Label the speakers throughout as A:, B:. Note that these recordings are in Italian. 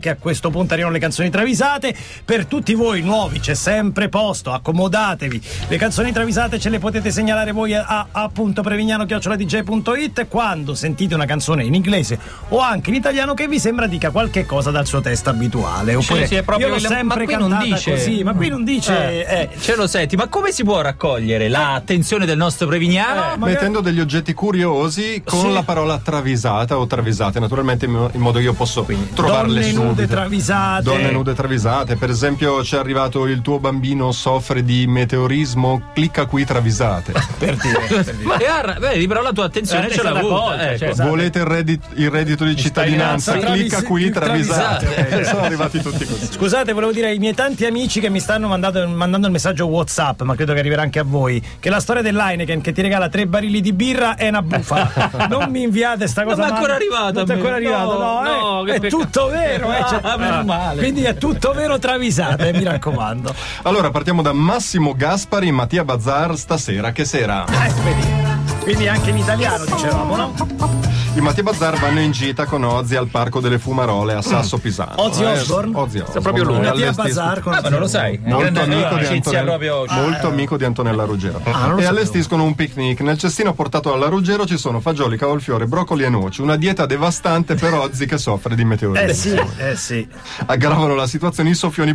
A: che a questo punto arrivano le canzoni travisate per tutti voi nuovi c'è sempre posto accomodatevi le canzoni travisate ce le potete segnalare voi a appunto prevignano-dj.it quando sentite una canzone in inglese o anche in italiano che vi sembra dica qualche cosa dal suo testo abituale oppure
B: sì, è proprio
A: io l'ho
B: il- ma
A: sempre
B: qui non
A: cantata
B: dice.
A: così ma qui non dice eh.
B: Eh, ce lo senti, ma come si può raccogliere l'attenzione del nostro Prevignano?
A: Eh, magari-
C: Mettendo degli oggetti curiosi con
B: Sì.
C: la parola travisata o travisate, naturalmente in mo- in modo che io posso trovarle
A: donne
C: subito.
A: nude travisate
C: Donne nude travisate, per esempio ci è arrivato il tuo bambino soffre di meteorismo, clicca qui travisate.
A: per dire
B: E Arra- vedi, però la tua attenzione
A: Eh,
B: ce l'ha
A: stata
B: avuta,
A: colta,
B: ecco.
A: cioè, esatto.
C: Volete il reddito, il reddito di cittadinanza,
A: cittadinanza,
C: clicca
A: travisi-
C: qui travisate.
B: travisate.
C: Eh, sono arrivati tutti così.
A: Scusate, volevo dire ai miei tanti amici che mi stanno mandando, mandando il messaggio WhatsApp, ma credo che arriverà anche a voi, che la storia dell'Heineken che ti regala tre barili di birra è una bufala. non mi inviate sta cosa.
B: Non mi è ancora
A: ma-
B: arrivata
A: Non ti è
B: a me.
A: ancora arrivata, no,
B: No,
A: eh,
B: no, che
A: è
B: peccato.
A: tutto vero. Eh, cioè,
B: Ah, meno male.
A: Quindi è tutto vero travisate, eh, mi raccomando.
C: Allora partiamo da Massimo Gaspari, Mattia Bazzar, stasera che sera?
A: Eh, vedi. Quindi anche in italiano dicevamo, no?
C: I Mattia Bazzar vanno in gita con Ozzy al Parco delle Fumarole a Sasso Pisano.
A: Mm. Ozzy
C: Eh,
A: Osbourne?
C: Ozzy Osbourne.
B: proprio lui.
C: Alle
A: Mattia
C: stesse-
A: Bazar con eh,
B: Ah, ma non lo sai. è
C: Molto
B: grande Eh,
C: amico, di
B: amicizia
C: Antonella,
B: proprio oggi.
C: molto amico di Antonella Ruggero.
A: Ah,
C: e allestiscono un picnic. Nel cestino portato alla Ruggero ci sono fagioli, cavolfiore, broccoli e noci. Una dieta devastante per Ozzy che soffre di meteoriti.
A: Eh sì, eh sì.
C: Aggravano la situazione i soffioni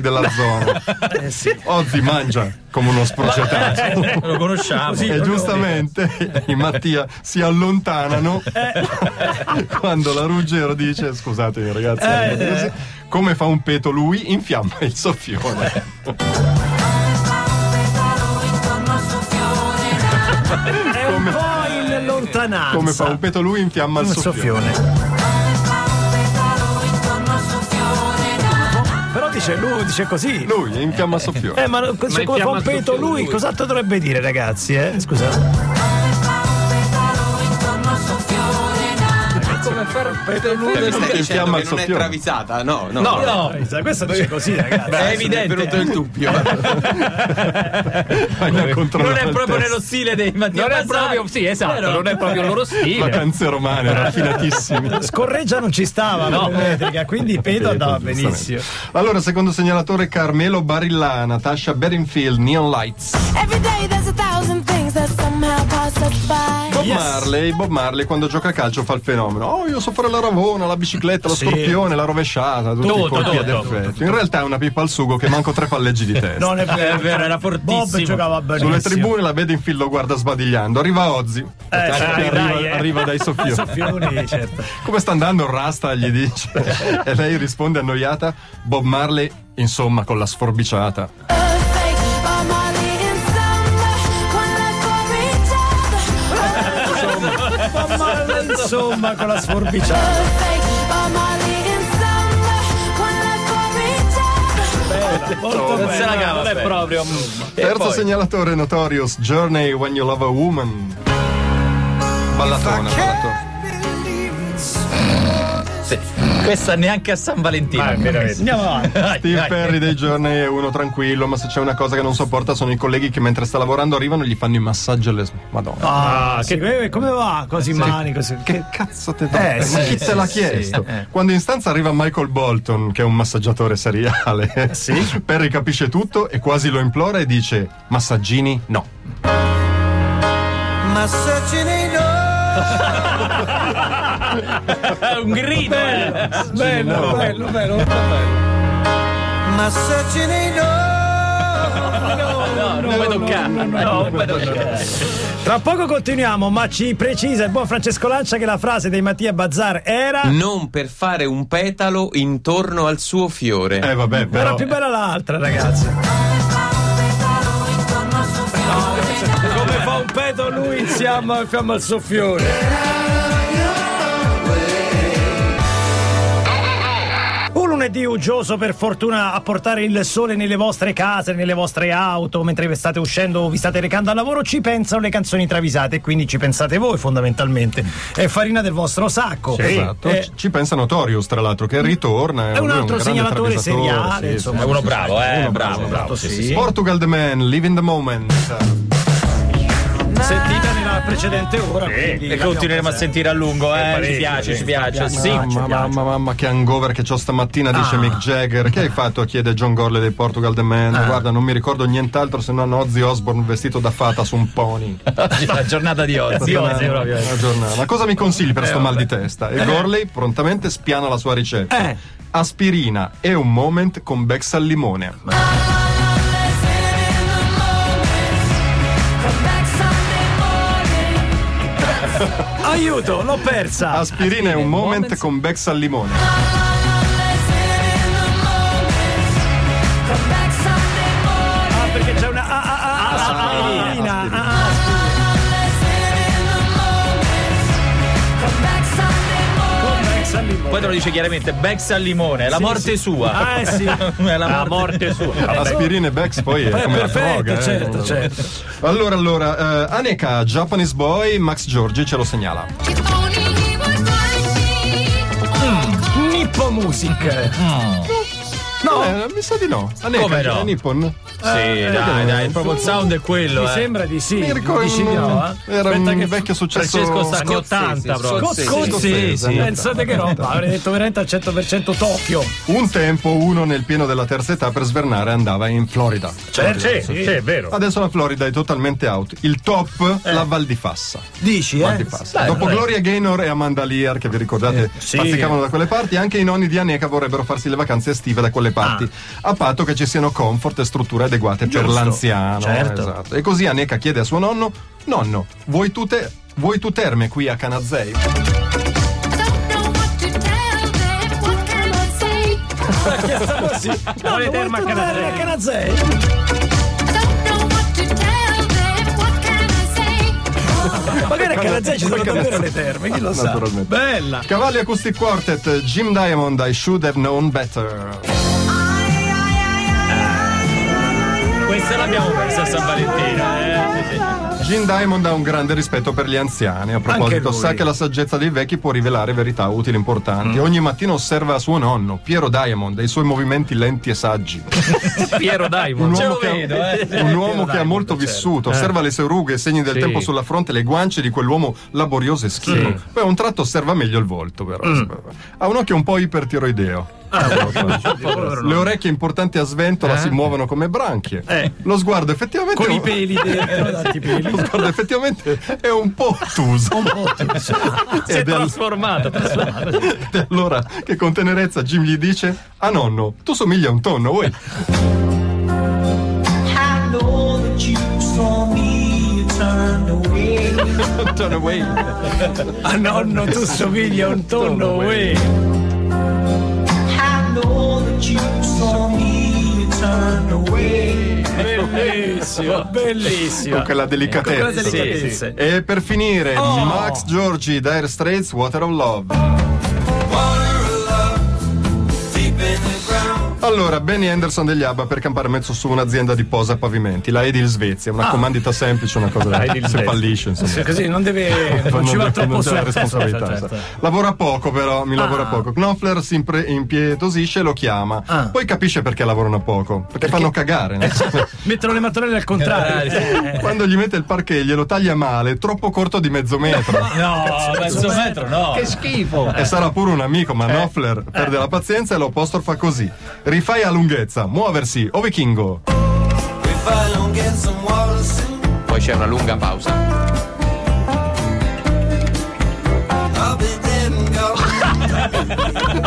C: della zona.
A: Eh sì.
C: Ozzy mangia come uno sprocetato.
B: Lo conosciamo.
C: e giustamente i Mattia si allontanano
B: Eh.
C: quando la Ruggero dice scusate ragazzi
A: Eh, eh.
C: come fa un peto lui infiamma il
B: Eh.
C: soffione
A: È un po' in lontananza.
C: come fa
B: Esatto.
C: un peto lui infiamma il
A: Un
C: soffione,
A: soffione. Però dice lui, dice così.
C: lui infiamma il soffione
A: Eh, ma se come fa
B: chiama
A: un
B: il
A: peto
B: soffione
A: lui,
B: lui.
A: cos'altro dovrebbe dire, ragazzi? Eh? Scusa.
D: Come fare un pedo nudo?
C: Eh,
D: Cioè, Mi
C: perché
D: stai dicendo
C: fiamma
D: che
C: il
D: non è
C: soffione.
D: travisata? No, no.
B: No, no,
A: No, questo dice così, ragazzi.
B: è
D: È venuto
B: evidente.
D: il dubbio.
C: Vai a
B: Eh, Non
C: controllare
B: è
C: il
B: proprio
C: testo.
B: nello stile dei Mattia
E: non è
B: Bazzar.
E: proprio sì esatto
B: Vero?
E: non è proprio il loro stile
C: vacanze romane raffinatissime
A: Scorreggia non ci stava no. metrica, quindi peto andava
C: Peto, giustamente.
A: benissimo.
C: allora secondo segnalatore Carmelo Barilla Natasha Berenfield Neon Lights
F: Every day there's a thousand things that somehow pass us by.
C: Bob
A: Yes.
C: Marley, Bob Marley quando gioca a calcio fa il fenomeno. Oh, io so fare la ravona, la bicicletta, lo
A: Sì.
C: scorpione, la rovesciata, tutti
B: Tutto,
C: i colpi ad
B: tutto,
C: effetto. In realtà è una pipa al sugo che manco tre palleggi di testa.
A: Non è vero,
B: È vero, era
A: Bob
B: fortissimo.
A: giocava benissimo.
C: Sulle tribune la vede in filo, lo guarda sbadigliando. Arriva Ozzy.
A: Eh,
C: Che
A: dai,
C: arriva,
A: dai, eh.
C: arriva dai soffioni.
A: Soffioni, certo.
C: Come sta andando Rasta? Gli dice. e lei risponde annoiata. Bob Marley, insomma, con la sforbiciata.
F: Earthquake, a Molly in summer, one life for each other.
A: Ma insomma, con la sforbiciata.
F: Earthquake, a Molly in summer, one life for each other.
A: Molto
B: Non se
A: bene.
B: la cava,
E: non è
B: aspetta.
E: proprio
C: Terzo
B: poi?
C: segnalatore Notorious Journey When You Love a Woman. Ballatona, ballatona.
B: Questa neanche a San Valentino.
A: Andiamo avanti.
B: Dai,
C: Steve
B: dai.
C: Perry dei giorni è uno tranquillo, ma se c'è una cosa che non sopporta sono i colleghi che mentre sta lavorando arrivano e gli fanno i massaggi alle Madonna.
A: Ah, sì, eh, come va? Così mani, così.
C: Che cazzo te dà?
A: Eh,
C: ma
A: sì, eh.
C: chi te l'ha chiesto? Quando in stanza arriva Michael Bolton, che è un massaggiatore
A: Eh,
C: seriale, Perry capisce tutto e quasi lo implora e dice: Massaggini no.
B: È un grido. eh.
A: Bello, bello, bello, molto bello.
B: No, non puoi toccare. No, puoi toccare.
A: Tra poco continuiamo, ma ci precisa il buon Francesco Lancia che la frase dei Mattia Bazzar era.
C: Mm,
D: Non per fare un petalo intorno al suo fiore.
C: Eh, vabbè,
A: Era
C: però.
A: più bella l'altra, ragazzi. Come fa un peto lui insieme e fiamma al soffione. Un lunedì uggioso per fortuna a portare il sole nelle vostre case, nelle vostre auto, mentre vi state uscendo o vi state recando al lavoro, ci pensano le canzoni travisate, quindi ci pensate voi fondamentalmente. È farina del vostro sacco.
C: Esatto.
A: Eh,
C: Ci- Ci pensa Notorious, tra l'altro, che ritorna.
A: È un
C: lui
A: altro
C: grande
A: segnalatore
C: travisatore,
A: seriale,
C: sì,
A: insomma.
B: È uno bravo, eh.
C: Uno
B: Bravo,
C: bravo,
B: bravo.
A: sì,
B: sì,
A: sì.
B: sì.
C: Portugal the Man, Live in the Moment.
A: sentita nella precedente ora. quindi
B: E
A: l'abbiamo
B: continueremo a
A: presente.
B: sentire a lungo, eh. Ci
E: parecchio,
B: piace,
E: sì.
B: ci piace.
A: Abbiamo-
B: Sì,
A: Ah,
B: ci
C: Mamma,
B: piace.
C: mamma, mamma, che hangover che c'ho stamattina, dice
A: Ah.
C: Mick Jagger. Che hai fatto? chiede John Gorley dei Portugal The Man. Guarda, non mi ricordo nient'altro se non Ozzy Osbourne vestito da fata su un pony.
B: Oggi è la giornata di oggi.
C: Una-
B: oggi proprio.
C: una giornata. Ma cosa mi consigli per sto mal di testa? E Gorley prontamente spiana la sua ricetta.
A: Eh.
C: Aspirina e un moment con Bex al limone.
A: Aiuto, l'ho persa.
C: Aspirina e un moment con Bex al limone.
A: Ah, perché c'è una ah, ah, ah, aspirina.
C: aspirina.
A: Ah, ah, aspirina. Convexa al limone.
B: Poi te lo dice chiaramente, Bex al limone, è la
A: Sì,
B: morte
A: sì.
B: sua.
A: Ah, eh sì.
B: È la
E: La morte
B: morte.
E: sua.
C: Aspirina e Bex poi è
A: Beh,
C: Ah, come la
A: Eh, perfetto,
C: droga, eh.
A: certo, certo.
C: Allora, allora, eh, Aneka, Japanese Boy, Max Giorgi ce lo segnala.
A: Nippo Music.
C: No, eh, mi sa di no. Aneka,
B: Come no?
C: eh, Nippon.
B: Sì, dai, dai, proprio Eh, il sound è quello.
A: Mi
B: eh.
A: sembra di sì.
C: Mi ricordo-
A: Dici di no, eh?
C: Era
A: Aspetta
C: un
A: che-
C: vecchio successo.
B: Francesco Stagni 80 proprio.
A: Scozzi,
C: Scozzese,
A: sì, Pensate che roba, avrei detto veramente al 100% Tokyo.
C: Un tempo uno nel pieno della terza età per svernare andava in Florida.
E: Eh,
C: Certo,
E: sì, sì, è vero.
C: Adesso la Florida è totalmente out. Il top, la Val di Fassa.
A: Dici,
C: Val di
A: eh?
C: Fassa. Dopo Gloria Gaynor e Amanda Lear, che vi ricordate,
A: sì.
C: masticavano da quelle parti, anche i nonni di Aneca vorrebbero farsi le vacanze estive da quelle parti,
A: Ah.
C: a patto che ci siano comfort e strutture adeguate per l'anziano.
A: certo.
C: Esatto. E così Aneca chiede a suo nonno, nonno, vuoi tu, te- vuoi tu terme qui a Canazei?
A: No,
E: Volete
A: volete
E: Erma
A: tornare a
E: Canazei?
A: Canazei? Magari a Canazei ci sono davvero le terme, chi lo sa.
C: Naturalmente.
A: Bella.
C: Cavalli Acoustic Quartet, Jim Diamond, I Should Have Known Better.
B: Questa l'abbiamo persa a San Valentino. Eh.
C: Jim Diamond ha un grande rispetto per gli anziani. A proposito,
A: lui.
C: sa che la saggezza dei vecchi può rivelare verità utili e importanti. Ogni mattina osserva suo nonno, Piero Diamond, e i suoi movimenti lenti e saggi.
E: Piero Diamond.
C: Un
B: Ce
C: uomo
B: lo
C: che, ha-
B: vedo, eh.
C: un uomo che ha molto vissuto, osserva le sue rughe, i segni del
E: Sì.
C: tempo sulla fronte, le guance di quell'uomo laborioso e schivo. Poi a un tratto osserva meglio il volto, però. Ha un occhio un po' ipertiroideo. Le orecchie importanti a sventola si muovono come branchie. Lo sguardo effettivamente
A: Con i peli dentro, tanti peli.
C: lo sguardo effettivamente è un po' ottuso.
E: Si è
C: Ed è al-
E: trasformato.
C: E allora, che con tenerezza Jim gli dice: Ah nonno, tu somigli a un tonno, uè."
G: I know that you saw me, you turned away.
C: Turn away.
A: A nonno tu somigli a un tonno, uè.
G: I know that you saw me, you turned away.
A: Bellissimo, bellissimo. Con
C: Con quella
A: quella
C: delicatezza.
A: delicatezza.
C: E per finire,
A: Oh.
C: Max Giorgi, Dire Straits, Water of Love. Allora, Benny Anderson degli ABBA per campare mezzo su un'azienda di posa pavimenti, la Edil Svezia,
A: Ah.
C: una comandita semplice, una cosa
E: Edil
C: se
E: Svezia.
C: fallisce, insomma.
A: Cioè, Così non deve. Non ci va
C: Non-
A: troppo
C: non c'è
A: su.
C: la responsabilità. esatto.
A: Certo, certo.
C: sa. Lavora poco, però, mi lavora poco. Knopfler si impre- impietosisce e lo chiama.
A: Ah. Eh, certo.
C: Poi capisce perché lavorano poco. Perché, fanno cagare. no?
A: Mettono le mattonelle al contrario. Eh.
C: Quando gli mette il parcheggio lo taglia male, troppo corto di mezzo metro.
B: No, mezzo metro no.
C: E sarà pure un amico, ma Knopfler perde la pazienza e lo apostrofa così. Rifai a lunghezza, muoversi, o vichingo.
D: Poi c'è una lunga pausa.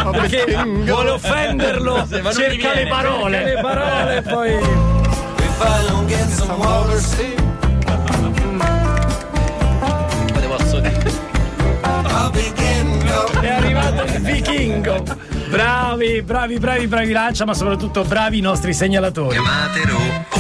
C: Oh,
A: Perché vuole offenderlo,
B: non gli
A: cerca
B: viene.
A: le parole. Le parole e poi.
D: Ma devo assodire.
A: È arrivato il vichingo. Bravi, bravi, bravi, bravi Lancia, ma soprattutto bravi i nostri segnalatori.
H: Chiamatelo